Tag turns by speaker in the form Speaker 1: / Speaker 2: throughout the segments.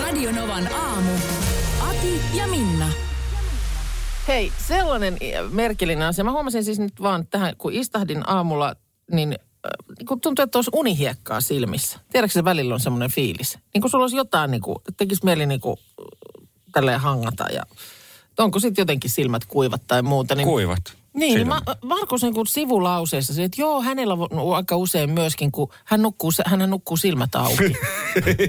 Speaker 1: Radionovan aamu. Ati ja Minna.
Speaker 2: Hei, sellainen eh, merkillinen asia. Mä huomasin siis nyt vaan tähän, kun istahdin aamulla, niin äh, niin kun tuntuu, että olisi unihiekkaa silmissä. Tiedätkö se välillä on semmoinen fiilis? Niin kuin sulla olisi jotain, niin kuin, tekisi mieli niin kuin, tälleen hangata ja onko sitten jotenkin silmät kuivat tai muuta. Niin,
Speaker 3: Kuivat.
Speaker 2: Niin, niin
Speaker 3: silmät.
Speaker 2: Ma- Markus niin kuin sivulauseessa, se, että joo, hänellä on no, aika usein myöskin, kun hän nukkuu, hän nukkuu silmät auki.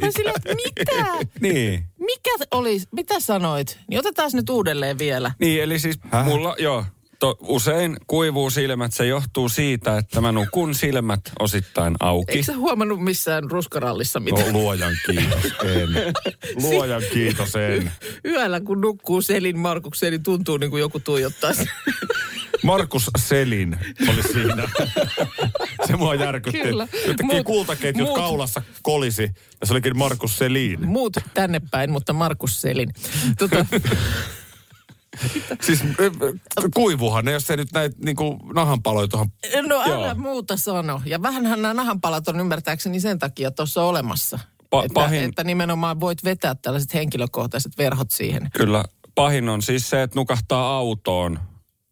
Speaker 2: Mä silleen, että mitä?
Speaker 3: Niin.
Speaker 2: Mikä oli, mitä sanoit? Niin otetaan nyt uudelleen vielä.
Speaker 3: Niin, eli siis Häh? mulla, joo, to, usein kuivuu silmät. Se johtuu siitä, että mä nukun silmät osittain auki.
Speaker 2: Eikö sä huomannut missään ruskarallissa
Speaker 3: No,
Speaker 2: mitään?
Speaker 3: luojan kiitos, en. Luojan kiitos, en.
Speaker 2: Yöllä kun nukkuu Selin Markukseen, niin tuntuu niin kuin joku tuijottaisi.
Speaker 3: Markus Selin oli siinä. Se mua järkytti.
Speaker 2: Kyllä.
Speaker 3: Yhtäkkiä
Speaker 2: Muut-
Speaker 3: kultaketjut
Speaker 2: muut-
Speaker 3: kaulassa kolisi. Ja se olikin Markus Selin.
Speaker 2: Muut tänne päin, mutta Markus Selin. Tota,
Speaker 3: Siis ö, ö, kuivuhan ne, jos ei nyt näitä niinku nahanpaloja tuohon...
Speaker 2: no älä
Speaker 3: Joo.
Speaker 2: muuta sano. Ja vähänhän nämä nahanpalat on ymmärtääkseni sen takia tuossa olemassa.
Speaker 3: Pa-
Speaker 2: että,
Speaker 3: pahin-
Speaker 2: että nimenomaan voit vetää tällaiset henkilökohtaiset verhot siihen.
Speaker 3: Kyllä, pahin on siis se, että nukahtaa autoon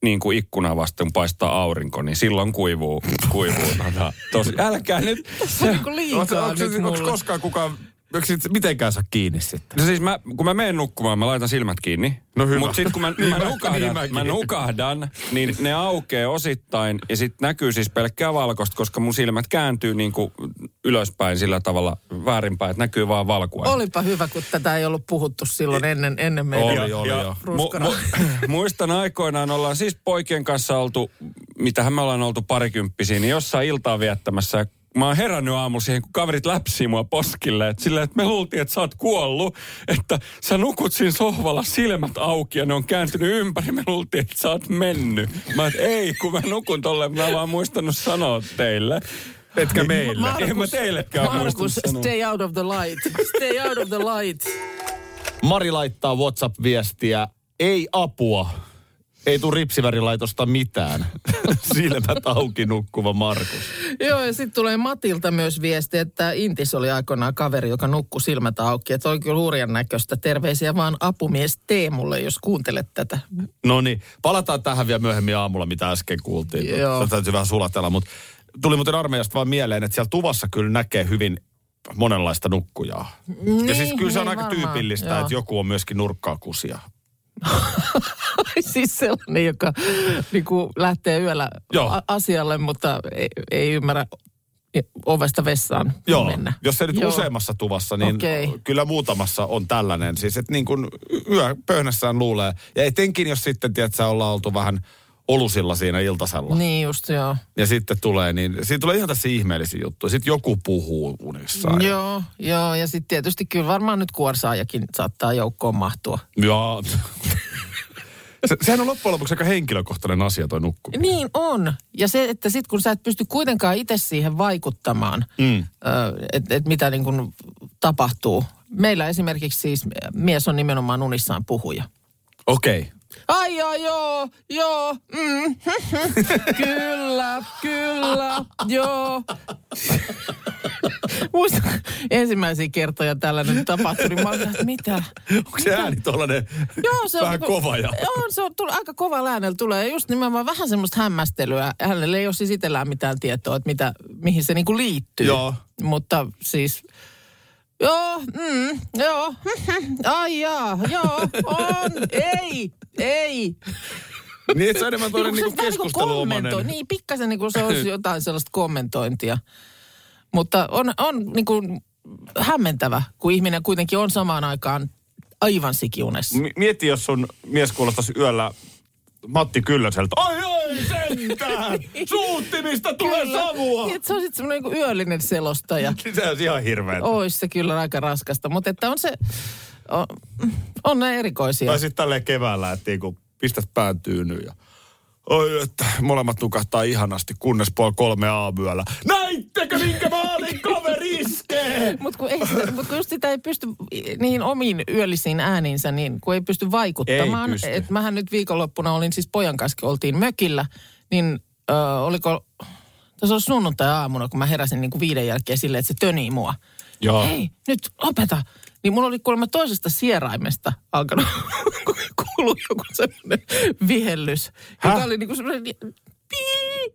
Speaker 3: niin kuin ikkuna vasten paistaa aurinko, niin silloin kuivuu, kuivuu tota, tosi. Älkää nyt.
Speaker 2: Se on niin kuin liikaa
Speaker 3: Onko- onko se-
Speaker 2: nyt
Speaker 3: onko
Speaker 2: mulle.
Speaker 3: siis- koskaan kukaan, onko sit mitenkään saa kiinni sitten? No siis mä, kun mä menen nukkumaan, mä laitan silmät kiinni.
Speaker 4: No hyvä.
Speaker 3: Mutta sitten kun mä,
Speaker 4: Niin
Speaker 3: mä,
Speaker 4: mä-
Speaker 3: nukahdan,
Speaker 4: niin
Speaker 3: niin
Speaker 4: mäkin.
Speaker 3: mä nukahdan, niin ne aukee osittain ja sitten näkyy siis pelkkää valkoista, koska mun silmät kääntyy niin kuin ylöspäin sillä tavalla väärinpäin, että näkyy vaan valkua.
Speaker 2: Olipa hyvä, kun tätä ei ollut puhuttu silloin ennen, ennen meitä.
Speaker 3: Oli, oli,
Speaker 4: Ja-
Speaker 3: joo.
Speaker 2: Ruskara.
Speaker 3: muistan aikoinaan ollaan siis poikien kanssa oltu, mitähän me ollaan oltu parikymppisiä, niin jossain iltaa viettämässä. Ja Mä oon herännyt aamulla siihen, kun kaverit läpsii mua poskille, että sillä, että me luultiin, että sä oot kuollut, että sä nukut siinä sohvalla silmät auki ja ne on kääntynyt ympäri, me luultiin, että sä oot mennyt. Mä et, ei, kun mä nukun tolleen, mä en vaan muistanut sanoa teille. Niin.
Speaker 4: Etkä meille.
Speaker 2: Markus-
Speaker 3: en mä teillekään muistanut
Speaker 2: Markus,
Speaker 3: sanoa.
Speaker 2: stay out of the light. Stay out of the light.
Speaker 4: Mari laittaa WhatsApp-viestiä. Ei apua. Ei tuu ripsivärilaitosta mitään. Silmät auki nukkuva Markus.
Speaker 2: Joo, ja sitten tulee Matilta myös viesti, että Intis oli aikoinaan kaveri, joka nukkui silmät auki. Että oli kyllä hurjan näköistä. Terveisiä vaan apumies Teemulle, jos kuuntelet tätä.
Speaker 4: No niin, palataan tähän vielä myöhemmin aamulla, mitä äsken kuultiin.
Speaker 2: Joo.
Speaker 4: Se täytyy vähän sulatella, mutta tuli muuten armeijasta vaan mieleen, että siellä tuvassa kyllä näkee hyvin monenlaista nukkujaa. ja siis kyllä se on
Speaker 2: niin
Speaker 4: aika
Speaker 2: varmaan,
Speaker 4: tyypillistä,
Speaker 2: joo.
Speaker 4: että joku on myöskin nurkkaa kusia.
Speaker 2: Ai siis sellainen, joka niinku, lähtee yöllä
Speaker 4: Joo.
Speaker 2: a- asialle, mutta ei, ei ymmärrä ovesta vessaan
Speaker 4: Joo,
Speaker 2: mennä.
Speaker 4: jos se nyt
Speaker 2: Joo.
Speaker 4: Joo. useammassa tuvassa, niin
Speaker 2: Okei.
Speaker 4: okay. kyllä muutamassa on tällainen. Siis että niin kuin yö pöhnässään luulee. Ja etenkin jos sitten, tiedät sä, ollaan oltu vähän olusilla siinä iltasella. Niin.
Speaker 2: Niin just, joo.
Speaker 4: Ja sitten tulee, niin siitä tulee ihan tässä ihmeellisiä juttuja. Sitten joku puhuu unissaan.
Speaker 2: Joo, joo, ja sitten tietysti kyllä varmaan nyt kuorsaajakin saattaa joukkoon mahtua.
Speaker 4: Joo. Se, sehän on loppujen lopuksi aika henkilökohtainen asia toi nukkuminen.
Speaker 2: Niin on. Ja se, että sitten kun sä et pysty kuitenkaan itse siihen vaikuttamaan, mm. että et mitä niin kun tapahtuu. Meillä esimerkiksi siis mies on nimenomaan unissaan puhuja. Niin.
Speaker 4: Okei. Okay.
Speaker 2: Ai joo, joo, joo, mm, kyllä, kyllä, joo. Muistan ensimmäisiä kertoja tällainen tapahtui, niin mä olin, että mitä?
Speaker 4: Onko se ääni tollanen
Speaker 2: Joo, se on
Speaker 4: vähän
Speaker 2: niinku-
Speaker 4: kova ja...
Speaker 2: Joo, se on tullut, aika kova äänellä tulee. Ja just nimenomaan vähän semmoista hämmästelyä. Hänellä ei ole siis itsellään mitään tietoa, että mitä, mihin se niinku liittyy.
Speaker 4: Joo.
Speaker 2: Mutta siis... Joo, mm, joo, ai jaa, joo, on, ei, ei.
Speaker 4: Niin et sä enemmän toinen
Speaker 2: Niin, kun se
Speaker 4: niinku
Speaker 2: vähän niinku kommentoi.
Speaker 4: keskusteluomainen.
Speaker 2: Niin, pikkasen niinku se olisi jotain sellaista kommentointia. Mutta on, on niinku hämmentävä, kun ihminen kuitenkin on samaan aikaan aivan sikiunessa.
Speaker 4: M- mieti, jos sun mies kuulostaisi yöllä Matti Kyllöseltä. Ai, ai, ei sentään! Suuttimista tulee
Speaker 2: Kyllä.
Speaker 4: savua!
Speaker 2: Niin, että se on sitten semmoinen niinku yöllinen selostaja.
Speaker 4: Se on ihan hirveä.
Speaker 2: Ois se kyllä aika raskasta, mutta että on se, on, on ne erikoisia.
Speaker 4: Tai sitten tälleen keväällä, että niin kun pistät pään tyynyyn ja... Oi, että molemmat nukahtaa ihanasti, kunnes puoli kolme aamuyöllä. Näittekö, minkä maalin kaveri iskee?
Speaker 2: Mutta kun, ei sitä- mut kun just sitä ei pysty niihin omiin yöllisiin ääniinsä, niin kun ei pysty vaikuttamaan.
Speaker 4: Ei pysty.
Speaker 2: Et mähän nyt viikonloppuna olin siis pojan kanssa, kun oltiin mökillä, niin ö, oliko, tässä on sunnuntai-aamuna, kun mä heräsin niin kuin viiden jälkeen silleen, että se tönii mua.
Speaker 4: Joo.
Speaker 2: Hei, nyt lopeta. Niin mulla oli kuulemma toisesta sieraimesta alkanut kuulua joku semmoinen vihellys, Häh? joka
Speaker 4: Häh?
Speaker 2: oli niin kuin semmoinen pii,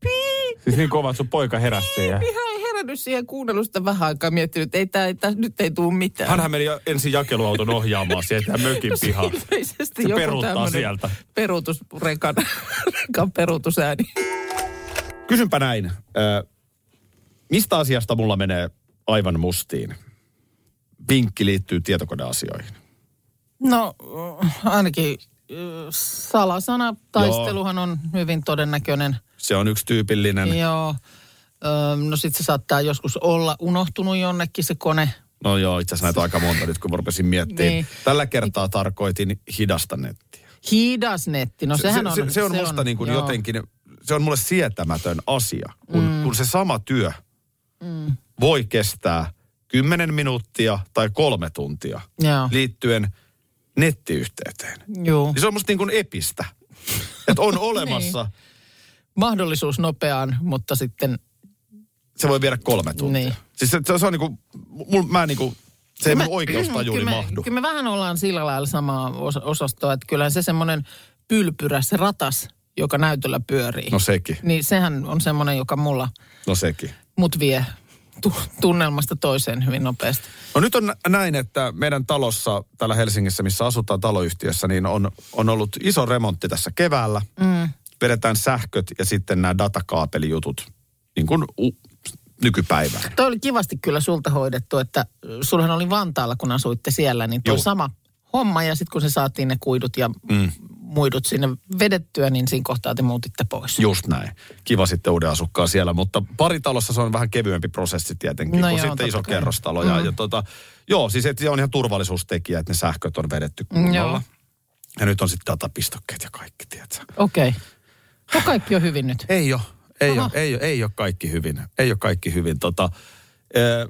Speaker 2: pii.
Speaker 4: Siis niin kova, että sun poika heräsi siihen.
Speaker 2: Niin hän ei herännyt siihen kuunnelusta vähän aikaa miettinyt, että ei tää, ei tää, nyt ei tule mitään.
Speaker 4: Hänhän meni jo- ensin jakeluauton ohjaamaan siihen tähän mökin pihaan.
Speaker 2: Ilmeisesti
Speaker 4: Se
Speaker 2: joku
Speaker 4: peruuttaa
Speaker 2: tämmönen
Speaker 4: sieltä.
Speaker 2: Peruutus, rekan, rekan peruutusääni.
Speaker 4: Kysynpä näin. Ö, mistä asiasta mulla menee aivan mustiin? Vinkki liittyy tietokoneasioihin.
Speaker 2: No ainakin äh, salasanataisteluhan on hyvin todennäköinen.
Speaker 4: Se on yksi tyypillinen.
Speaker 2: Joo. Öm, No sit se saattaa joskus olla unohtunut jonnekin se kone.
Speaker 4: No joo, itse asiassa näitä on aika monta nyt, kun mä rupesin miettimään.
Speaker 2: Niin.
Speaker 4: Niin. Tällä kertaa tarkoitin hidasta nettiä.
Speaker 2: Hidas netti, no sehän on.
Speaker 4: se, se, se on musta niin kuin
Speaker 2: joo.
Speaker 4: jotenkin, se on mulle sietämätön asia, kun, mm. kun se sama työ mm. voi kestää 10 minuuttia tai kolme tuntia
Speaker 2: Joo.
Speaker 4: liittyen nettiyhteyteen.
Speaker 2: Joo.
Speaker 4: Niin se on musta niin kuin epistä, että on olemassa, niin.
Speaker 2: Mahdollisuus nopeaan, mutta sitten
Speaker 4: se voi viedä kolme tuntia.
Speaker 2: Niin.
Speaker 4: Niin. Siis se, se on niin kuin, mul, mä niin kuin, se ei
Speaker 2: Mä-
Speaker 4: mun oikeustajuuni
Speaker 2: kyllä me-
Speaker 4: mahdu.
Speaker 2: Kyllä me vähän ollaan sillä lailla samaa os- osastoa, että kyllä se semmoinen pylpyrä, se ratas, joka näytöllä pyörii,
Speaker 4: No sekin,
Speaker 2: niin sehän on semmoinen, joka mulla
Speaker 4: no sekin.
Speaker 2: mut vie tu- tunnelmasta toiseen hyvin nopeasti.
Speaker 4: No nyt on nä- näin, että meidän talossa täällä Helsingissä, missä asutaan taloyhtiössä, niin on, on ollut iso remontti tässä keväällä. Mm. Vedetään sähköt ja sitten nämä datakaapelijutut, niin kuin u- nykypäivään.
Speaker 2: Toi oli kivasti kyllä sulta hoidettu, että sulhan oli Vantaalla, kun asuitte siellä, niin toi
Speaker 4: Juu.
Speaker 2: sama homma. Ja sitten kun se saatiin ne kuidut ja mm. muidut sinne vedettyä, niin siinä kohtaa te muutitte pois.
Speaker 4: Just näin. Kiva sitten uuden asukkaan siellä, mutta paritalossa se on vähän kevyempi prosessi tietenkin,
Speaker 2: No
Speaker 4: no kun
Speaker 2: joo,
Speaker 4: joo, sitten iso
Speaker 2: totta kai. Mm-hmm.
Speaker 4: kerrostalo. Ja, ja tota, joo, siis et, se on ihan turvallisuustekijä, että ne sähköt on vedetty kunnolla.
Speaker 2: Joo.
Speaker 4: Mm, ja nyt on sitten datapistokkeet ja kaikki, tiedätkö?
Speaker 2: Okei. Okay. No kaikki on hyvin nyt.
Speaker 4: Ei ole, ei
Speaker 2: Aha.
Speaker 4: ole, ei ole, ei ole kaikki hyvin. Ei ole kaikki hyvin. Tota, ö,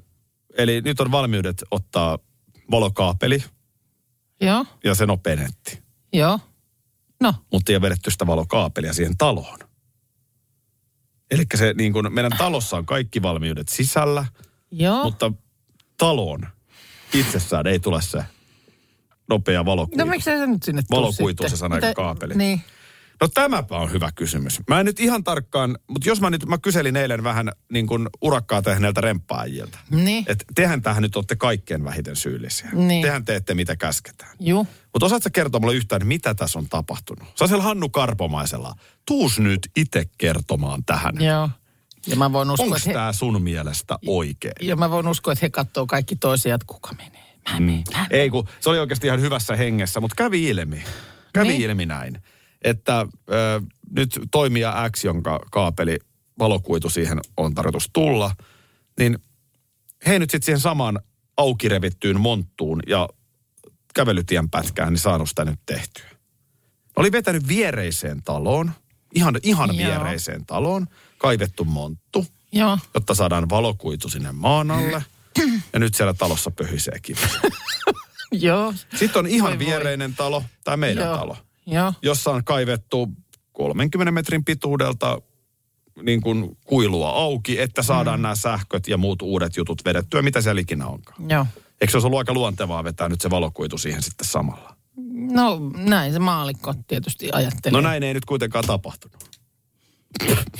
Speaker 4: eli nyt on valmiudet ottaa valokaapeli
Speaker 2: Joo,
Speaker 4: ja se nopea netti.
Speaker 2: joo. No,
Speaker 4: Mutta ei ole vedetty sitä valokaapelia siihen taloon. Eli se niin kun, meidän talossa on kaikki valmiudet sisällä,
Speaker 2: joo.
Speaker 4: mutta taloon itsessään ei tule se nopea valokuitu.
Speaker 2: No miksi se nyt sinne tuu
Speaker 4: Valokuitu on se
Speaker 2: sitten?
Speaker 4: sana, eikä
Speaker 2: Mitä-
Speaker 4: kaapeli.
Speaker 2: Niin.
Speaker 4: No tämäpä on hyvä kysymys. Mä en nyt ihan tarkkaan, mutta jos mä nyt, mä kyselin eilen vähän niin kuin urakkaa tehneiltä remppaajilta.
Speaker 2: Niin.
Speaker 4: Että tehän tähän nyt olette kaikkein vähiten syyllisiä.
Speaker 2: Niin.
Speaker 4: Tehän teette mitä käsketään.
Speaker 2: Juu.
Speaker 4: Mutta osaatko sä kertoa mulle yhtään, mitä tässä on tapahtunut? Sellaisella Hannu Karpomaisella. Tuus nyt itse kertomaan tähän.
Speaker 2: Joo. Ja mä voin uskoa,
Speaker 4: Onko
Speaker 2: että he,
Speaker 4: tämä sun mielestä oikein?
Speaker 2: ja mä voin uskoa, että he katsoo kaikki toisiaan, että kuka menee. Mä menen. Mä menen.
Speaker 4: Ei kun, se oli oikeasti ihan hyvässä hengessä, mutta kävi ilmi. Kävi
Speaker 2: Niin.
Speaker 4: niin. ilmi näin, että ö, nyt toimija X, jonka kaapeli, valokuitu siihen on tarkoitus tulla, niin he nyt sitten siihen samaan auki revittyyn monttuun ja kävelytien pätkään, niin saanut sitä nyt tehtyä. Oli vetänyt viereiseen taloon, ihan, ihan
Speaker 2: Joo.
Speaker 4: viereiseen taloon, kaivettu monttu,
Speaker 2: Joo.
Speaker 4: jotta saadaan valokuitu sinne maan alle. Ja nyt siellä talossa pöhisee kivi.
Speaker 2: Joo.
Speaker 4: Sitten on ihan
Speaker 2: Voi voi.
Speaker 4: viereinen talo, tämä meidän
Speaker 2: Joo.
Speaker 4: Joo. talo,
Speaker 2: Joo.
Speaker 4: jossa on kaivettu 30 metrin pituudelta niin kuin kuilua auki, että saadaan mm. nämä sähköt ja muut uudet jutut vedettyä, mitä siellä ikinä onkaan.
Speaker 2: Joo.
Speaker 4: Eikö se olisi ollut aika luontevaa vetää nyt se valokuitu siihen sitten samalla?
Speaker 2: No näin se maalikko tietysti ajattelee.
Speaker 4: No näin ei nyt kuitenkaan tapahtunut.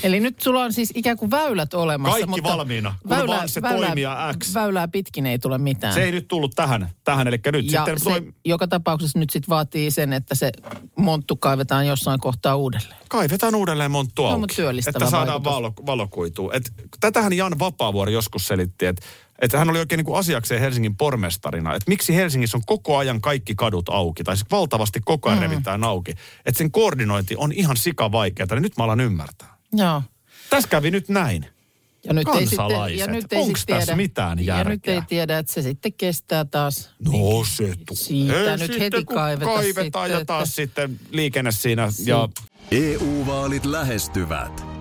Speaker 2: Eli nyt sulla on siis ikään kuin väylät olemassa.
Speaker 4: Kaikki
Speaker 2: mutta
Speaker 4: valmiina, kun vaan se toimija X.
Speaker 2: Väylää pitkin ei tule mitään.
Speaker 4: Se ei nyt tullut tähän, tähän eli nyt
Speaker 2: ja
Speaker 4: sitten
Speaker 2: se
Speaker 4: toi,
Speaker 2: joka tapauksessa nyt sitten vaatii sen, että se monttu kaivetaan jossain kohtaa uudelleen.
Speaker 4: kaivetaan uudelleen monttu
Speaker 2: No,
Speaker 4: auki,
Speaker 2: mutta työllistävä
Speaker 4: että saadaan
Speaker 2: vaikutus.
Speaker 4: valo, valokuitua. Et, tätähän Jan Vapaavuori joskus selitti, että Että hän oli oikein niin kuin asiakseen Helsingin pormestarina, että miksi Helsingissä on koko ajan kaikki kadut auki, tai siis valtavasti koko ajan mm. revitään auki. Että sen koordinointi on ihan sikavaikeaa, niin nyt mä alan ymmärtää.
Speaker 2: Joo.
Speaker 4: Tässä kävi nyt näin.
Speaker 2: Ja nyt ei sitten, ja
Speaker 4: Kansalaiset,
Speaker 2: nyt ei
Speaker 4: onks
Speaker 2: sit
Speaker 4: tässä
Speaker 2: tiedä,
Speaker 4: mitään
Speaker 2: Ja nyt ei
Speaker 4: järkeä?
Speaker 2: tiedä, että se sitten kestää taas.
Speaker 4: No se
Speaker 2: Niin,
Speaker 4: tuu.
Speaker 2: Siitä nyt
Speaker 4: sitten,
Speaker 2: heti
Speaker 4: kun
Speaker 2: kaiveta
Speaker 4: kaivetaan
Speaker 2: sitten,
Speaker 4: ja
Speaker 2: että-
Speaker 4: taas sitten liikenne siinä. Ja
Speaker 5: EU-vaalit E lähestyvät.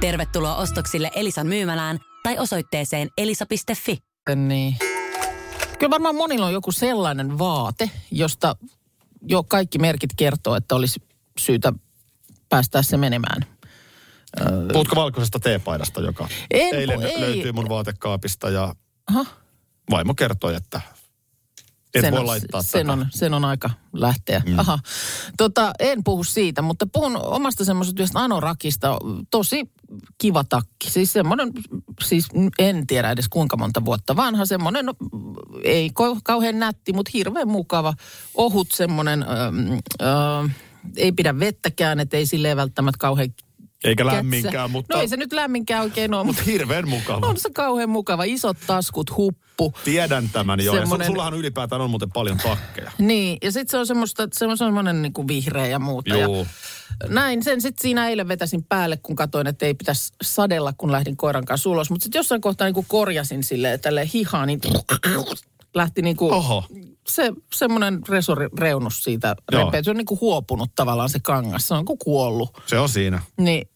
Speaker 6: Tervetuloa ostoksille Elisan myymälään tai osoitteeseen elisa.fi.
Speaker 2: Niin. Kyllä varmaan monilla on joku sellainen vaate, josta jo kaikki merkit kertoo, että olisi syytä päästää se menemään.
Speaker 4: puhutko valkoisesta teepaidasta, joka
Speaker 2: En-
Speaker 4: eilen
Speaker 2: ei.
Speaker 4: löytyi mun vaatekaapista ja
Speaker 2: Aha.
Speaker 4: vaimo kertoi, että et voi
Speaker 2: on,
Speaker 4: laittaa
Speaker 2: sen
Speaker 4: tätä.
Speaker 2: on, sen on aika lähteä. Mm. Aha. Tota, en puhu siitä, mutta puhun omasta semmoisesta yhdestä anorakista. Tosi kiva takki. Siis semmoinen, siis en tiedä edes kuinka monta vuotta vanha. Semmoinen, no, ei ko- kauhean nätti, mutta hirveän mukava. Ohut semmoinen, ähm, ähm, ei pidä vettäkään, että ei silleen välttämättä kauhean
Speaker 4: Eikä
Speaker 2: kätsä.
Speaker 4: lämminkään, mutta,
Speaker 2: No ei se nyt lämminkään oikein ole,
Speaker 4: mutta
Speaker 2: mutta
Speaker 4: hirveän mukava.
Speaker 2: on se kauhean mukava. Isot taskut, huppu.
Speaker 4: Tiedän tämän jo. Semmonen...
Speaker 2: Semmonen-
Speaker 4: Sullahan ylipäätään on muuten paljon takkeja.
Speaker 2: Niin, ja sitten se on semmoista, se on semmoinen niin kuin vihreä ja muuta. Ja
Speaker 4: Joo.
Speaker 2: näin, sen sitten siinä eilen vetäsin päälle, kun katsoin, että ei pitäisi sadella, kun lähdin koiran kanssa ulos. Mutta sitten jossain kohtaa niin kuin korjasin sille tälle hihaa, niin lähti niin kuin
Speaker 4: Oho.
Speaker 2: se, semmoinen resorreunus siitä
Speaker 4: Joo.
Speaker 2: repeä. Se on niin kuin huopunut tavallaan se kangas, se on kuin kuollut.
Speaker 4: Se on siinä.
Speaker 2: Niin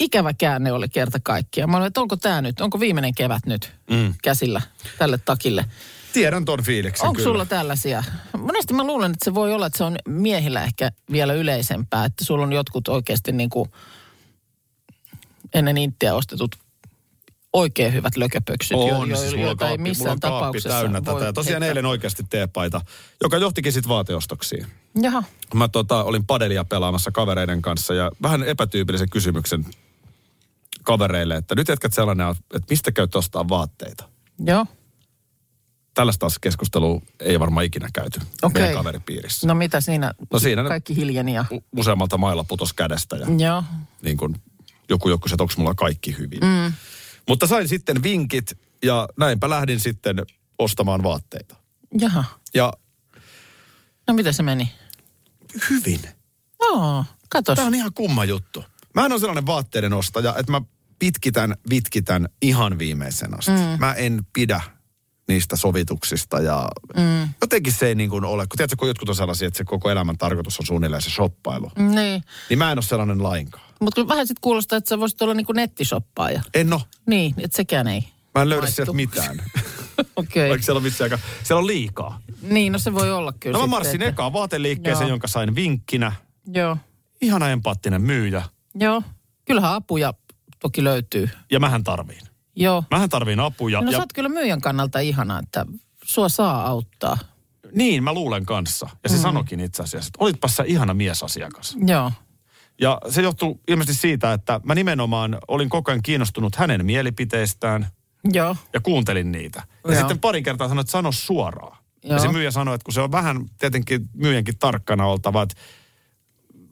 Speaker 2: ikävä käänne oli kerta kaikkiaan. Mä olin, että onko tämä nyt, onko viimeinen kevät nyt mm. käsillä tälle takille.
Speaker 4: Tiedän ton fiiliksen
Speaker 2: Onko
Speaker 4: kyllä.
Speaker 2: sulla tällaisia? Monesti mä luulen, että se voi olla, että se on miehillä ehkä vielä yleisempää, että sulla on jotkut oikeasti niin kuin ennen inttiä ostetut oikein hyvät lököpöksyt, jo-
Speaker 4: On,
Speaker 2: jo-
Speaker 4: siis mulla on
Speaker 2: joita ei
Speaker 4: kaappi, mulla
Speaker 2: missään
Speaker 4: on kaappi
Speaker 2: tapauksessa
Speaker 4: täynnä
Speaker 2: voi
Speaker 4: tätä. Ja tosiaan
Speaker 2: heittää.
Speaker 4: eilen oikeasti teepaita, joka johtikin sitten vaateostoksiin.
Speaker 2: Jaha,
Speaker 4: Mä tota, olin padelia pelaamassa kavereiden kanssa ja vähän epätyypillisen kysymyksen kavereille, että nyt jätkät sellainen, että mistä käyt ostaa vaatteita?
Speaker 2: joo.
Speaker 4: Tällaista taas keskustelua ei varmaan ikinä käyty
Speaker 2: Okei.
Speaker 4: meidän kaveripiirissä.
Speaker 2: No mitä siinä?
Speaker 4: No siinä ne-
Speaker 2: Kaikki hiljeni ja...
Speaker 4: U- Useammalta mailla putos kädestä ja
Speaker 2: Joo.
Speaker 4: niin kuin joku joku, että onko mulla kaikki hyvin. Mm. Mutta sain sitten vinkit ja näinpä lähdin sitten ostamaan vaatteita.
Speaker 2: Jaha.
Speaker 4: Ja
Speaker 2: No mitä se meni?
Speaker 4: hyvin.
Speaker 2: Oo, katos.
Speaker 4: Tämä on ihan kumma juttu. Mä en ole sellainen vaatteiden ostaja, että mä pitkitän, vitkitän ihan viimeisen asti. Mm. Mä en pidä niistä sovituksista ja mm. jotenkin se ei niin kuin ole. Kun tiedätkö, kun jotkut on sellaisia, että se koko elämän tarkoitus on suunnilleen se shoppailu. Mm.
Speaker 2: Niin.
Speaker 4: Niin mä en ole sellainen lainkaan.
Speaker 2: Mutta kyllä vähän sitten kuulostaa, että sä voisit olla niinku nettishoppaaja.
Speaker 4: En ole.
Speaker 2: Niin, että sekään ei.
Speaker 4: Mä en löydä
Speaker 2: Maistuu.
Speaker 4: sieltä mitään.
Speaker 2: Okei.
Speaker 4: Vaikka siellä on missään Siellä on liikaa.
Speaker 2: Niin, no se voi olla kyllä.
Speaker 4: No mä
Speaker 2: sitten,
Speaker 4: marssin
Speaker 2: että-
Speaker 4: ekaan vaateliikkeeseen,
Speaker 2: Joo.
Speaker 4: jonka sain vinkkinä.
Speaker 2: Joo,
Speaker 4: Ihana empaattinen myyjä.
Speaker 2: joo. Kyllähän apuja toki löytyy.
Speaker 4: Ja mähän tarviin.
Speaker 2: Joo.
Speaker 4: Mähän tarviin apuja.
Speaker 2: No
Speaker 4: ja...
Speaker 2: sä oot kyllä myyjän kannalta ihana, että sua saa auttaa.
Speaker 4: Niin, mä luulen kanssa. Ja se mm. sanokin itse asiassa, että olitpas sä ihana miesasiakas.
Speaker 2: Joo,
Speaker 4: Ja se johtuu ilmeisesti siitä, että mä nimenomaan olin koko ajan kiinnostunut hänen mielipiteistään
Speaker 2: joo,
Speaker 4: ja kuuntelin niitä. Ja
Speaker 2: Joo.
Speaker 4: sitten parin kertaa sanoin, että sano suoraan. Ja
Speaker 2: Joo.
Speaker 4: se myyjä sanoi, että kun se on vähän tietenkin myyjänkin tarkkana oltava, että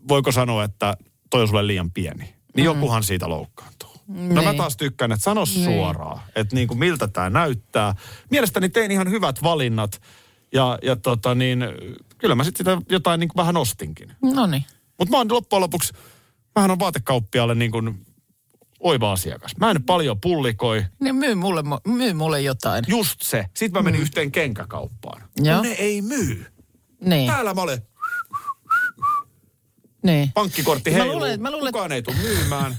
Speaker 4: voiko sanoa, että toi on sulle liian pieni. Niin jokuhan siitä loukkaantuu. No mä
Speaker 2: Mm. Niin.
Speaker 4: taas tykkään, että sano suoraan, että niin kuin miltä tämä näyttää. Mielestäni tein ihan hyvät valinnat ja, ja tota niin, kyllä mä sitten sitä jotain niin kuin vähän ostinkin.
Speaker 2: no niin.
Speaker 4: Mutta mä oon loppujen lopuksi, mähän on vaatekauppiaalle niin kuin oiva asiakas. Mä en paljon pullikoi.
Speaker 2: Ne Niin myy mulle, mo- myy mulle jotain.
Speaker 4: Just se. Sitten mä menin mm. yhteen kenkäkauppaan.
Speaker 2: Joo.
Speaker 4: No ne ei myy.
Speaker 2: Niin,
Speaker 4: Täällä mä olen.
Speaker 2: niin.
Speaker 4: Pankkikortti
Speaker 2: Mä
Speaker 4: heiluu.
Speaker 2: luulen, että- mä luulen, että-
Speaker 4: Kukaan ei tule myymään.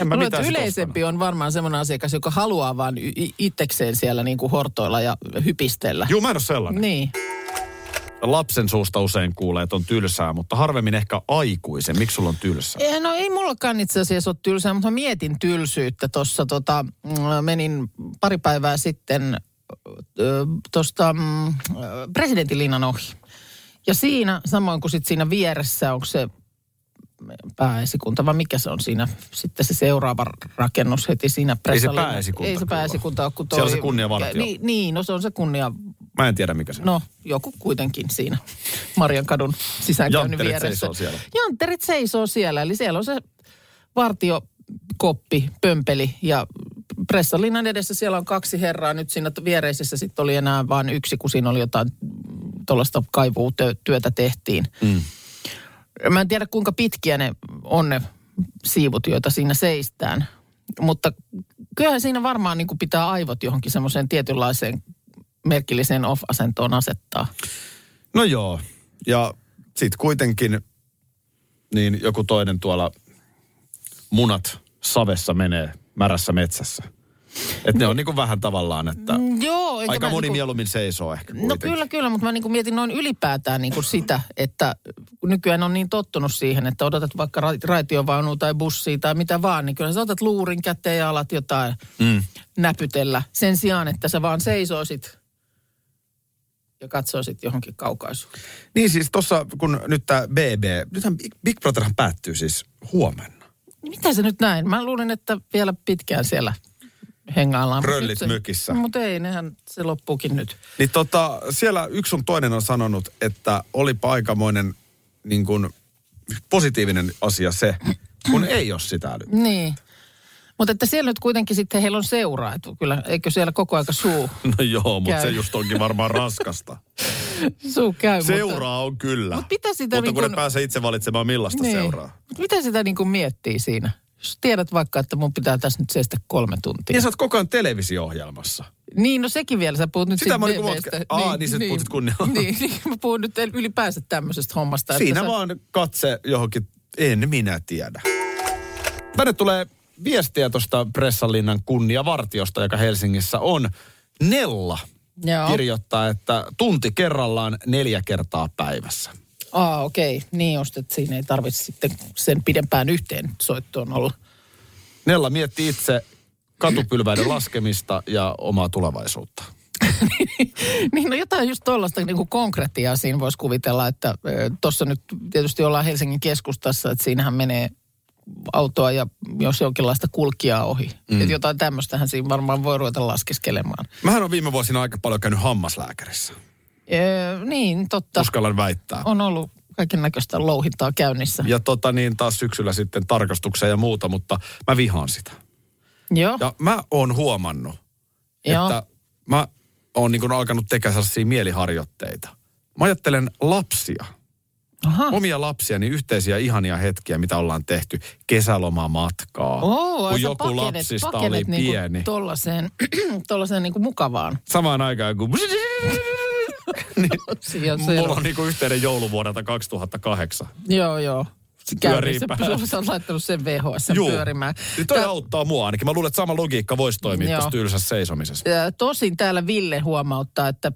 Speaker 4: En mä
Speaker 2: Luulen,
Speaker 4: mitään
Speaker 2: että
Speaker 4: sit
Speaker 2: yleisempi on varmaan semmoinen asiakas, joka haluaa vaan y- i- itsekseen siellä niin kuin hortoilla ja hypistellä.
Speaker 4: ostanut. Juu, mä en ole sellainen.
Speaker 2: Niin.
Speaker 4: Lapsen suusta usein kuulee, että on tylsää, mutta harvemmin ehkä aikuisen. Miksi sulla on tylsää?
Speaker 2: Eh, No ei mullakaan itse asiassa ole tylsää, mutta mä mietin tylsyyttä tuossa. Tota, mm, menin pari päivää sitten tuosta presidentinlinnan ohi. Ja siinä, samoin kuin sit siinä vieressä, onko se pääesikunta, vai mikä se on siinä sitten se seuraava rakennus heti siinä
Speaker 4: Ei se
Speaker 2: pressalla.
Speaker 4: pääesikunta
Speaker 2: Ei se
Speaker 4: kyllä ole.
Speaker 2: pääesikunta ole, kun toi...
Speaker 4: Siellä on se kunniavartio.
Speaker 2: Niin, niin, no se on se kunnia...
Speaker 4: Mä en tiedä, mikä se on.
Speaker 2: No, joku kuitenkin siinä Marjankadun sisäänkäynnin
Speaker 4: Jantterit
Speaker 2: vieressä.
Speaker 4: seisoo siellä.
Speaker 2: Jantterit seisoo siellä, eli siellä on se vartiokoppi, pömpeli ja pressalinnan edessä siellä on kaksi herraa. Nyt siinä viereisessä sitten oli enää vain yksi, kun siinä oli jotain tuollaista kaivuutyötä tehtiin. Mm. Mä en tiedä kuinka pitkiä ne on ne siivut, joita siinä seistään. Mutta kyllähän siinä varmaan niin kuin pitää aivot johonkin semmoiseen tietynlaiseen merkilliseen off-asentoon asettaa.
Speaker 4: No joo. Ja sit kuitenkin niin joku toinen tuolla munat savessa menee märässä metsässä. Et ne on niinku vähän tavallaan, että
Speaker 2: Joo. eikä
Speaker 4: aika
Speaker 2: mä
Speaker 4: moni
Speaker 2: Mm, niinku-
Speaker 4: mieluummin seisoo ehkä
Speaker 2: No
Speaker 4: kuitenkin.
Speaker 2: kyllä, kyllä, mutta mä niin mietin noin ylipäätään niin sitä, että kun nykyään on niin tottunut siihen, että odotat vaikka ra- raitiovaunua tai bussia tai mitä vaan, niin kyllä sä otat luurin käteen ja alat jotain mm. näpytellä sen sijaan, että sä vaan seisoisit ja katsoisit johonkin kaukaisuun.
Speaker 4: Niin siis tuossa, kun nyt tämä BB, nythän Big, Big Brotherhan päättyy siis huomenna.
Speaker 2: Niin Mitä se nyt näin? Mä luulen, että vielä pitkään siellä hengaillaan.
Speaker 4: Röllit mykissä.
Speaker 2: Mutta ei, nehän se loppuukin nyt.
Speaker 4: Niin tota, siellä yksi sun toinen on sanonut, että oli aikamoinen niin kun, positiivinen asia se, kun ei ole sitä älyä.
Speaker 2: Niin. Mutta että siellä nyt kuitenkin sitten heillä on seuraa. että Kyllä, eikö siellä koko aika suu,
Speaker 4: No joo, mutta
Speaker 2: Käy.
Speaker 4: se just onkin varmaan raskasta.
Speaker 2: suu käy? Mutta...
Speaker 4: Seuraa on kyllä.
Speaker 2: Mut mitä sitä
Speaker 4: mutta
Speaker 2: niin
Speaker 4: kun
Speaker 2: kun-
Speaker 4: ne pääsee itse valitsemaan millaista
Speaker 2: Niin.
Speaker 4: seuraa.
Speaker 2: Mut Mitä sitä niin kuin miettii siinä? Jos tiedät vaikka, että mun pitää tässä nyt seistä kolme tuntia.
Speaker 4: Ja sä oot koko ajan televisio-ohjelmassa.
Speaker 2: Niin, no sekin vielä. Sä puhut nyt
Speaker 4: Sitä mä olin,
Speaker 2: siitä
Speaker 4: kun mä
Speaker 2: BBstä.
Speaker 4: oot- Aa, niin sä puhut kunnialla.
Speaker 2: Niin, niin, mä puhun nyt ylipäänsä tämmöisestä hommasta. että
Speaker 4: Siinä
Speaker 2: sä-
Speaker 4: vaan katse johonkin, en minä tiedä. Tänne tulee viestiä tuosta Pressanlinnan kunniavartiosta, joka Helsingissä on. Nella
Speaker 2: Joo.
Speaker 4: kirjoittaa, että tunti kerrallaan neljä kertaa päivässä.
Speaker 2: Aa, okei. Okay. Niin just, että siinä ei tarvitse sitten sen pidempään yhteen soittoon olla.
Speaker 4: Nella miettii itse katupylväiden laskemista ja omaa tulevaisuutta.
Speaker 2: Niin, no jotain just tuollaista niin kuin konkretiaa siinä voisi kuvitella, että tuossa nyt tietysti ollaan Helsingin keskustassa, että siinähän menee autoa ja jos jonkinlaista kulkijaa ohi. Mm. Että jotain tämmöistähän siinä varmaan voi ruveta laskiskelemaan.
Speaker 4: Mähän on viime vuosina aika paljon käynyt hammaslääkärissä,
Speaker 2: Öö, niin, totta.
Speaker 4: uskallan väittää.
Speaker 2: On ollut kaiken näköistä louhintaa käynnissä.
Speaker 4: Ja tota niin, taas syksyllä sitten tarkastukseen ja muuta, mutta mä vihaan sitä.
Speaker 2: Joo,
Speaker 4: Ja mä oon huomannut,
Speaker 2: joo.
Speaker 4: että mä oon niin alkanut tekemään sellaisia mieliharjoitteita. Mä ajattelen lapsia,
Speaker 2: Aha.
Speaker 4: omia lapsia, niin yhteisiä ihania hetkiä, mitä ollaan tehty. Kesälomamatkaa,
Speaker 2: Oo,
Speaker 4: kun
Speaker 2: sä
Speaker 4: joku
Speaker 2: pakenet-
Speaker 4: lapsista
Speaker 2: pakenet
Speaker 4: oli
Speaker 2: niinku
Speaker 4: pieni.
Speaker 2: Tollaseen, tollaseen niinku mukavaan.
Speaker 4: Samaan aikaan kun...
Speaker 2: Siinä on se
Speaker 4: Mulla
Speaker 2: ero.
Speaker 4: on niinku yhteinen jouluvuodelta 2008.
Speaker 2: Joo, joo. Se
Speaker 4: pyörii
Speaker 2: käynnissä,
Speaker 4: päässä.
Speaker 2: sä oot laittanut sen VHS
Speaker 4: Juu.
Speaker 2: pyörimään.
Speaker 4: Niin toi
Speaker 2: Tää-
Speaker 4: auttaa mua ainakin. Mä luulen, että sama logiikka voisi toimia
Speaker 2: Joo.
Speaker 4: tuossa tylsässä seisomisessa.
Speaker 2: Ö, Tosin täällä Ville huomauttaa, että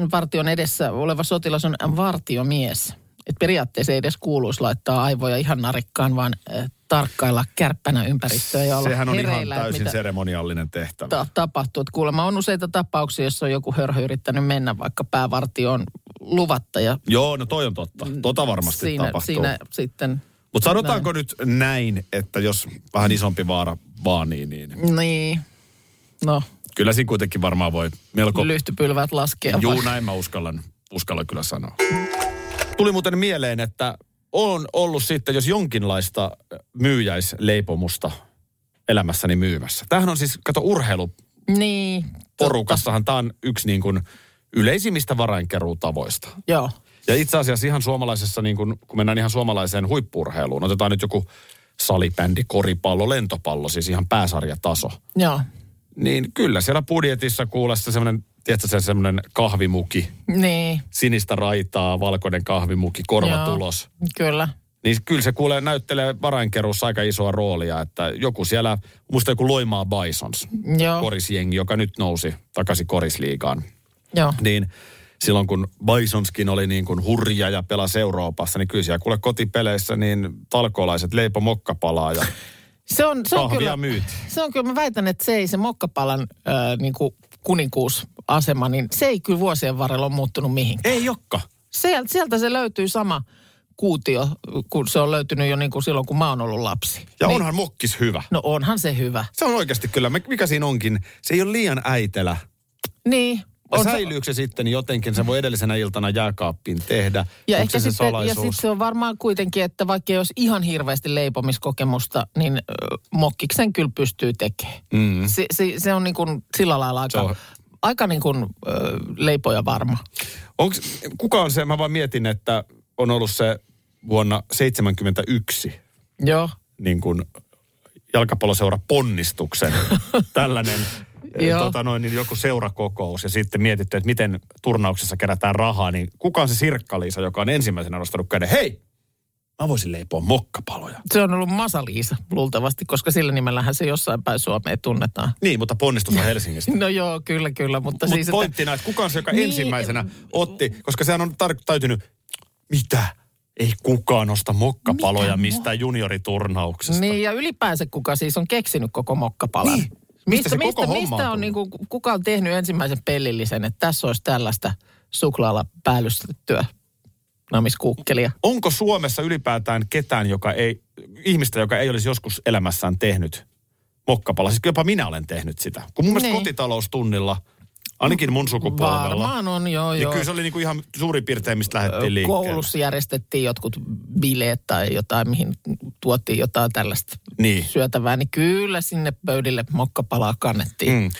Speaker 2: päävartion edessä oleva sotilas on vartiomies. Et periaatteessa ei edes kuuluisi laittaa aivoja ihan narikkaan, vaan äh, tarkkailla kärppänä ympäristöä ja olla
Speaker 4: Sehän on ihan
Speaker 2: hereillä, että
Speaker 4: täysin
Speaker 2: mitä
Speaker 4: seremoniallinen tehtävä.
Speaker 2: ta- tapahtuu. Et kuulemma on useita tapauksia, jossa on joku hörhö yrittänyt mennä vaikka päävartioon luvatta ja
Speaker 4: Joo, no toi on totta. Tota varmasti
Speaker 2: Mm, siinä,
Speaker 4: tapahtuu.
Speaker 2: siinä sitten...
Speaker 4: Mutta sanotaanko näin. nyt näin, että jos vähän isompi vaara vaanii, niin
Speaker 2: Niin, no
Speaker 4: kyllä siinä kuitenkin varmaan voi melko...
Speaker 2: lyhtypylvät laskea.
Speaker 4: Juu, näin mä uskallan, uskallan kyllä sanoa. Tuli muuten mieleen, että on ollut sitten, jos jonkinlaista myyjäisleipomusta elämässäni myymässä. Tämähän on siis, kato urheilu,
Speaker 2: Niin,
Speaker 4: porukassahan tämä on yksi niin kuin yleisimmistä varainkeruutavoista.
Speaker 2: joo.
Speaker 4: Ja itse asiassa ihan suomalaisessa, niin kun, kun mennään ihan suomalaiseen huippurheiluun, otetaan nyt joku salibändi, koripallo, lentopallo, siis ihan pääsarjataso.
Speaker 2: Joo.
Speaker 4: Niin kyllä siellä budjetissa kuulessa semmoinen, tiedätkö se semmoinen kahvimuki,
Speaker 2: Niin,
Speaker 4: sinistä raitaa, valkoinen kahvimuki, korva
Speaker 2: Joo.
Speaker 4: tulos.
Speaker 2: kyllä.
Speaker 4: Niin kyllä se kuulee, näyttelee varainkeruussa aika isoa roolia, että joku siellä, muista joku Loimaa Bisons,
Speaker 2: Joo,
Speaker 4: korisjengi, joka nyt nousi takaisin korisliigaan.
Speaker 2: joo.
Speaker 4: Niin silloin kun Bisonskin oli niin kuin hurja ja pelasi Euroopassa, niin kyllä siellä kuule kotipeleissä niin talkoolaiset leipo mokkapalaa ja
Speaker 2: Se on, se on
Speaker 4: kahvia
Speaker 2: kyllä,
Speaker 4: myytiin.
Speaker 2: se on kyllä, mä väitän, että se ei se mokkapalan äh, niin kuin kuninkuusasema, niin se ei kyllä vuosien varrella ole muuttunut mihinkään.
Speaker 4: Ei jokka.
Speaker 2: Sieltä, sieltä se löytyy sama kuutio, kun se on löytynyt jo niin kuin silloin, kun mä oon ollut lapsi.
Speaker 4: Ja
Speaker 2: niin,
Speaker 4: onhan mokkis hyvä.
Speaker 2: No onhan se hyvä.
Speaker 4: Se on oikeasti kyllä, mikä siinä onkin, se ei ole liian äitelä.
Speaker 2: Niin.
Speaker 4: Ja
Speaker 2: On se-
Speaker 4: säilyykö se sitten jotenkin, se voi edellisenä iltana jääkaappiin tehdä.
Speaker 2: Ja
Speaker 4: Onko
Speaker 2: ehkä
Speaker 4: se
Speaker 2: sitten, ja
Speaker 4: salaisuus?
Speaker 2: sitten se on varmaan kuitenkin, että vaikka jos ihan hirveästi leipomiskokemusta, niin ö, mokkiksen kyllä pystyy tekemään. Mm. Se, se, se on niin kuin sillä lailla aika,
Speaker 4: Mm-hmm. Se on-
Speaker 2: aika niin kuin, ö, leipoja varma.
Speaker 4: Onks, kuka on se, mä vaan mietin, että on ollut se vuonna 71
Speaker 2: Joo.
Speaker 4: niin kuin jalkapalloseura ponnistuksen tällainen
Speaker 2: Joo.
Speaker 4: tota noin, niin joku seurakokous ja sitten mietitty, että miten turnauksessa kerätään rahaa, niin kuka on se sirkkaliisa, joka on ensimmäisenä nostanut käden, hei, mä voisin leipoa mokkapaloja.
Speaker 2: Se on ollut Masaliisa luultavasti, koska sillä nimellähän se jossain päin Suomeen tunnetaan.
Speaker 4: Niin, mutta ponnistus on Helsingistä.
Speaker 2: No joo, kyllä, kyllä, mutta
Speaker 4: Mutta
Speaker 2: siis...
Speaker 4: siis,
Speaker 2: että-
Speaker 4: pointtina, että kuka on se, joka
Speaker 2: Niin.
Speaker 4: niin, ensimmäisenä otti, koska sehän on tar- täytynyt, mitä? Ei kukaan osta
Speaker 2: Mitä
Speaker 4: mokkapaloja mistään junioriturnauksesta.
Speaker 2: Niin, ja ylipäänsä kuka siis on keksinyt koko mokkapalan.
Speaker 4: Niin. Mistä se koko homma on
Speaker 2: mistä on
Speaker 4: tullut?
Speaker 2: niinku, kuka on tehnyt ensimmäisen pellillisen, että tässä olisi tällaista suklaalla päällystettyä namiskuukkelia.
Speaker 4: Onko Suomessa ylipäätään ketään, joka ei, ihmistä, joka ei olisi joskus elämässään tehnyt mokkapalaa? Siis jopa minä olen tehnyt sitä. Kun mun mielestä
Speaker 2: Niin.
Speaker 4: kotitaloustunnilla, ainakin mun sukupolvella,
Speaker 2: Varmaan on, joo,
Speaker 4: niin
Speaker 2: joo.
Speaker 4: kyllä se oli niinku ihan suurin piirtein, mistä lähdettiin liikkeelle.
Speaker 2: Koulussa järjestettiin jotkut bileet tai jotain, mihin tuotiin jotain tällaista
Speaker 4: Niin.
Speaker 2: syötävää, niin kyllä sinne pöydille mokkapalaa kannettiin.
Speaker 4: Mm.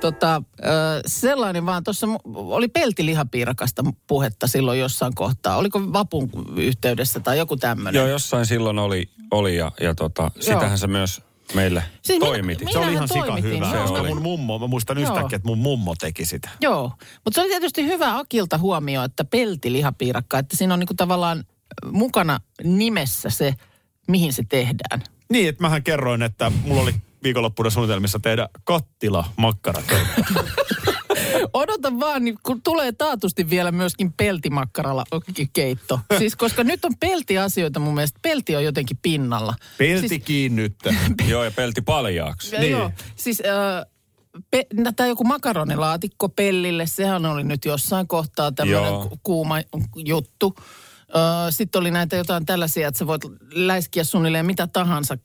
Speaker 2: Tota, ö, sellainen vaan, tuossa mu- oli peltilihapiirakasta puhetta silloin jossain kohtaa. Oliko vapun yhteydessä tai joku tämmöinen?
Speaker 3: Joo, jossain silloin oli, oli ja, ja tota, sitähän se myös meille siis toimitit.
Speaker 4: Se oli
Speaker 2: Minähän
Speaker 4: ihan sika
Speaker 2: toimitin,
Speaker 4: hyvä.
Speaker 2: joo.
Speaker 4: koska
Speaker 3: Se oli.
Speaker 4: mun mummo, mä muistan
Speaker 2: Joo.
Speaker 4: yhtäkkiä, että mun mummo teki sitä.
Speaker 2: Joo, mutta se oli tietysti hyvä Akilta huomio, että peltilihapiirakka, että siinä on niinku tavallaan mukana nimessä se, mihin se tehdään.
Speaker 4: Niin, että mähän kerroin, että mulla oli viikonloppuna suunnitelmissa tehdä kattila makkarat.
Speaker 2: Odota vaan, niin kun tulee taatusti vielä myöskin peltimakkaralla keitto. Siis koska nyt on peltiasioita mun mielestä. Pelti on jotenkin pinnalla.
Speaker 4: Pelti
Speaker 2: Siis-
Speaker 4: siis... kiinnyttä.
Speaker 3: Joo, ja pelti paljaaksi.
Speaker 2: Niin. Joo, siis äh, pe, nä- tai joku makaronilaatikko pellille, sehän oli nyt jossain kohtaa tämmöinen
Speaker 3: Joo.
Speaker 2: ku- kuuma juttu. Ö, Sitten oli näitä jotain tällaisia, että sä voit läiskiä suunnilleen mitä tahansa,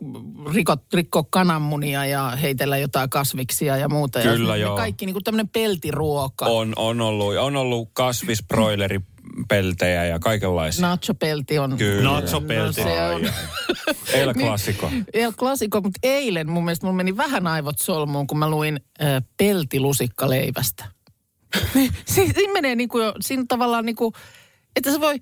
Speaker 2: rikot, rikkoa kananmunia ja heitellä jotain kasviksia ja muuta.
Speaker 3: Kyllä,
Speaker 2: ja ne
Speaker 3: joo.
Speaker 2: Kaikki niin kuin tämmöinen peltiruoka.
Speaker 3: On, on ollut, on ollut kasvisbroileripeltejä ja
Speaker 2: No.
Speaker 3: kaikenlaisia.
Speaker 2: Nacho-pelti on...
Speaker 3: Kyllä.
Speaker 4: Nacho-pelti.
Speaker 2: No se on.
Speaker 3: El Clasico.
Speaker 2: El Clasico, mutta eilen mun mielestä mulla meni vähän aivot solmuun, kun mä luin ö, peltilusikkaleivästä. Niin, si- siinä menee niin kuin jo, siinä tavallaan niin kuin, että se voi,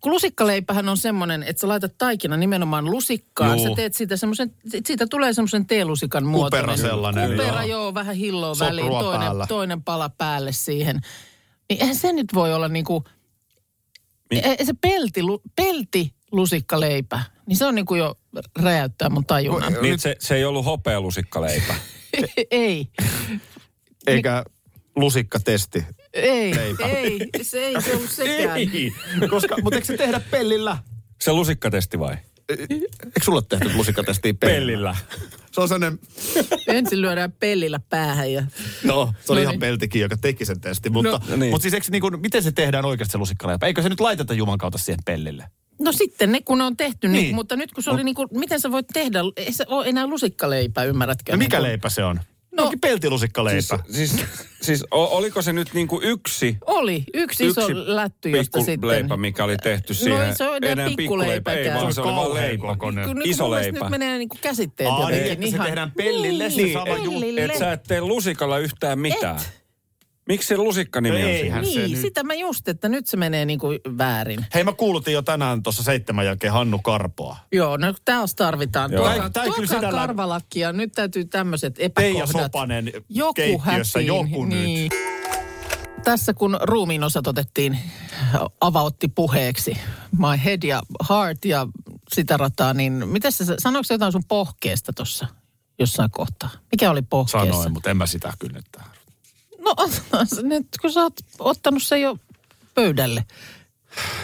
Speaker 2: kun lusikkaleipähän on semmoinen, että sä laitat taikina nimenomaan lusikkaan.
Speaker 4: Juu.
Speaker 2: Sä teet siitä semmoisen, siitä tulee semmoisen teelusikan muotoinen.
Speaker 4: sellainen,
Speaker 2: Kupera,
Speaker 4: joo.
Speaker 2: joo. vähän hilloa
Speaker 4: Soprua
Speaker 2: väliin, toinen,
Speaker 4: päällä.
Speaker 2: toinen pala päälle siihen. Niin eihän se nyt voi olla niin kuin,
Speaker 4: Niin.
Speaker 2: ei, se pelti, lu- pelti lusikkaleipä, niin se on niin kuin jo räjäyttää mun tajunnan.
Speaker 3: Niin se, se ei ollut hopealusikkaleipä.
Speaker 2: ei,
Speaker 4: Eikä lusikkatesti.
Speaker 2: ei,
Speaker 4: Leipä.
Speaker 2: ei, se ei se ollut sekään.
Speaker 4: Koska, mutta eikö se tehdä pellillä?
Speaker 3: Se lusikkatesti vai?
Speaker 4: Eikö sulla tehty lusikkatestiä pellillä? Se on sellainen,
Speaker 2: Ensin lyödään pellillä päähän ja
Speaker 4: no se oli
Speaker 2: No
Speaker 4: ihan
Speaker 2: niin.
Speaker 4: peltikin, joka teki sen testin. Mutta,
Speaker 3: No
Speaker 4: no,
Speaker 3: niin.
Speaker 4: niin. mutta siis eikö, niin kuin, miten se tehdään oikeasti se lusikkaleipä? Eikö se nyt laiteta Juman kautta siihen pellille?
Speaker 2: No sitten ne, kun ne on tehty, niin.
Speaker 4: Niin.
Speaker 2: mutta nyt kun se oli niin kuin, miten sä voit tehdä, ei se ole enää lusikkaleipää, ymmärrätkö?
Speaker 4: Ja
Speaker 2: Niin
Speaker 4: mikä
Speaker 2: kuin-
Speaker 4: leipä se on? No, Onkin peltilusikkaleipä.
Speaker 3: Siis, siis, siis o, oliko se nyt niinku yksi,
Speaker 2: Oli, yksi, yksi iso lätty, josta sitten... No
Speaker 3: pikkuleipä, mikä oli tehty siihen?
Speaker 2: ei se ole enää pikkuleipä
Speaker 3: ei
Speaker 2: käy.
Speaker 3: vaan se oli vaan
Speaker 4: Kauhean
Speaker 3: leipä.
Speaker 4: kokoinen.
Speaker 2: Kun nyt
Speaker 3: Iso
Speaker 2: mun mielestä
Speaker 3: leipä.
Speaker 2: Nyt menee niin kuin käsitteet
Speaker 4: Aa,
Speaker 2: jotenkin
Speaker 4: niin, että se
Speaker 2: ihan...
Speaker 4: tehdään pellille se
Speaker 2: niin,
Speaker 4: sama juttu.
Speaker 2: pellille.
Speaker 3: Et sä et tee lusikalla yhtään mitään.
Speaker 2: Et.
Speaker 3: Miksi se lusikkanimi on siinä?
Speaker 4: Eihän se
Speaker 2: Niin,
Speaker 4: nyt.
Speaker 2: sitä mä just, että nyt se menee niin kuin väärin.
Speaker 4: Hei, mä kuulutin jo tänään tuossa seitsemän jälkeen Hannu Karpoa.
Speaker 2: Joo, no taas tarvitaan.
Speaker 3: Joo.
Speaker 2: Tuokaa,
Speaker 4: Tää- tää kyllä
Speaker 2: tuokaa
Speaker 4: sinällään-
Speaker 2: karvalakkia, nyt täytyy tämmöiset
Speaker 4: Teija
Speaker 2: epäkohdat.
Speaker 4: Sopanen
Speaker 2: joku
Speaker 4: keittiössä,
Speaker 2: hätiin,
Speaker 4: joku
Speaker 2: niin.
Speaker 4: nyt.
Speaker 2: Tässä kun ruumiin osat otettiin, avautti puheeksi my head ja heart ja sitä rataa, niin mitä sä, sanoiko sä jotain sun pohkeesta tuossa jossain kohtaa? Mikä oli pohkeessa?
Speaker 4: Sanoin, mutta en mä sitä kyllä nyt tähän.
Speaker 2: No otetaan se nyt, kun sä oot ottanut sen jo pöydälle.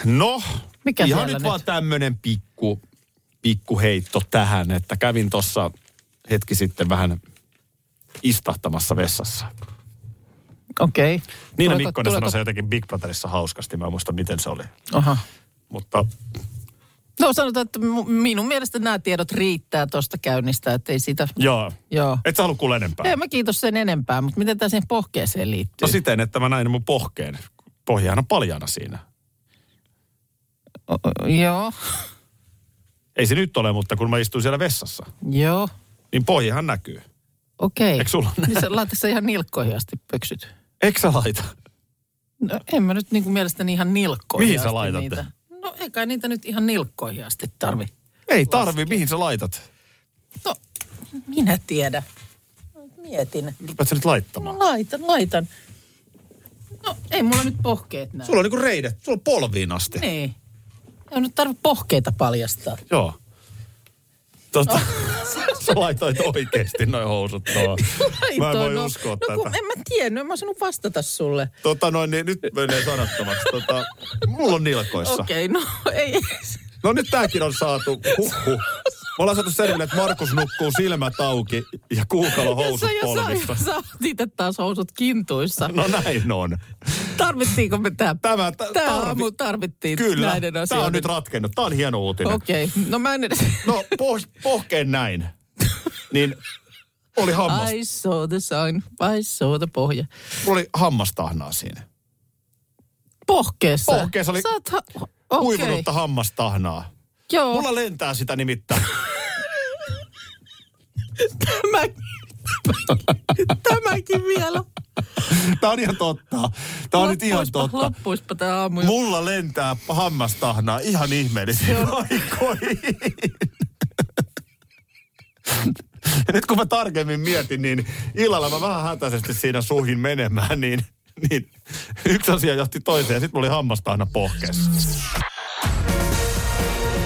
Speaker 4: No,
Speaker 2: Mikä
Speaker 4: ihan
Speaker 2: siellä
Speaker 4: nyt,
Speaker 2: nyt?
Speaker 4: vaan tämmönen pikku, pikku heitto tähän, että kävin tuossa hetki sitten vähän istahtamassa vessassa.
Speaker 2: Okei. Okay.
Speaker 4: Niina Mikkonen sanoi se jotenkin Big Brotherissa hauskasti, mä en muista miten se oli.
Speaker 2: Aha.
Speaker 4: Mutta
Speaker 2: No sanotaan, että mu- minun mielestä nämä tiedot riittää tuosta käynnistä, että ei sitä...
Speaker 4: joo,
Speaker 2: Joo.
Speaker 4: et sä halua kuulla enempää.
Speaker 2: Ei mä kiitos sen enempää, mutta miten tämä siihen pohkeeseen liittyy?
Speaker 4: No siten, että mä näin mun pohkeen. Pohjahan on paljaana siinä.
Speaker 2: O- o- joo,
Speaker 4: Ei se nyt ole, mutta kun mä istuin siellä vessassa,
Speaker 2: joo,
Speaker 4: niin pohjahan näkyy.
Speaker 2: okei.
Speaker 4: Eikö sulla näin?
Speaker 2: Niin sä laitat sä ihan nilkkoihin asti pöksyt?
Speaker 4: Eikö sä laita?
Speaker 2: No en mä nyt niin kuin mielestäni ihan nilkkoihin
Speaker 4: Mihin sä
Speaker 2: asti
Speaker 4: laitat
Speaker 2: niitä.
Speaker 4: ne?
Speaker 2: No eikä niitä nyt ihan nilkkoihin asti tarvi.
Speaker 4: Ei tarvi, mihin sä laitat?
Speaker 2: No, minä tiedän. Mietin.
Speaker 4: Rupeat sä nyt laittamaan.
Speaker 2: No laitan, laitan. No ei mulla nyt pohkeet näy.
Speaker 4: Sulla on niinku reidet, sulla on polviin asti.
Speaker 2: Niin. Ei nyt tarvitse pohkeita paljastaa.
Speaker 4: Joo. Totta, sä laitoit oikeesti noin housut tuohon. Mä en
Speaker 2: Laitoin,
Speaker 4: voi
Speaker 2: no.
Speaker 4: uskoa
Speaker 2: no, kun
Speaker 4: tätä.
Speaker 2: en mä tiennyt, en mä osannut vastata sulle.
Speaker 4: Tota noin, niin nyt menee sanattomaksi. Tota, mulla on nilkoissa.
Speaker 2: Okei, okay, no ei.
Speaker 4: No nyt tääkin on saatu. Huhhuh. Me ollaan saatu selville, että Markus nukkuu silmät auki ja kuukalo housut
Speaker 2: Sä jo
Speaker 4: polvissa.
Speaker 2: sa- sä itse taas housut kintuissa. No.
Speaker 4: No näin on.
Speaker 2: Tarvittiinko me tämä?
Speaker 4: Tämä, t-
Speaker 2: Tämä
Speaker 4: tarvi-
Speaker 2: aamu tarvittiin
Speaker 4: Kyllä,
Speaker 2: näiden
Speaker 4: tämä on
Speaker 2: asioiden.
Speaker 4: nyt ratkennut. Tämä on hieno uutinen.
Speaker 2: Okei, okay. no mä en edes...
Speaker 4: No poh- pohkeen näin. Niin oli hammas.
Speaker 2: I saw the sign, I saw the pohja.
Speaker 4: Mulla oli hammastahnaa siinä.
Speaker 2: Pohkeessa.
Speaker 4: Pohkeessa oli
Speaker 2: Sä oot ha-
Speaker 4: Okay.
Speaker 2: Okei,
Speaker 4: Kuivunutta hammastahnaa.
Speaker 2: joo.
Speaker 4: Mulla lentää sitä nimittäin.
Speaker 2: Tämä, tämäkin vielä.
Speaker 4: Tää on ihan totta. Tää on nyt ihan
Speaker 2: Loppuispa-
Speaker 4: totta.
Speaker 2: Loppuispa tämä aamu. jo.
Speaker 4: Mulla lentää hammastahnaa ihan ihmeellisiin aikoihin. Ja nyt kun mä tarkemmin mietin, niin illalla mä vähän hätäisesti siinä suhin menemään, niin, niin yksi asia johti toiseen ja sitten mulla oli hammastahna pohkeessa.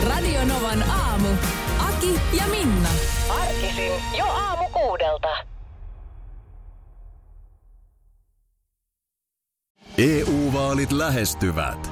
Speaker 1: Radio Novan aamu. Aki ja Minna.
Speaker 7: Arkisin jo aamu kuudelta.
Speaker 5: EU-vaalit E lähestyvät.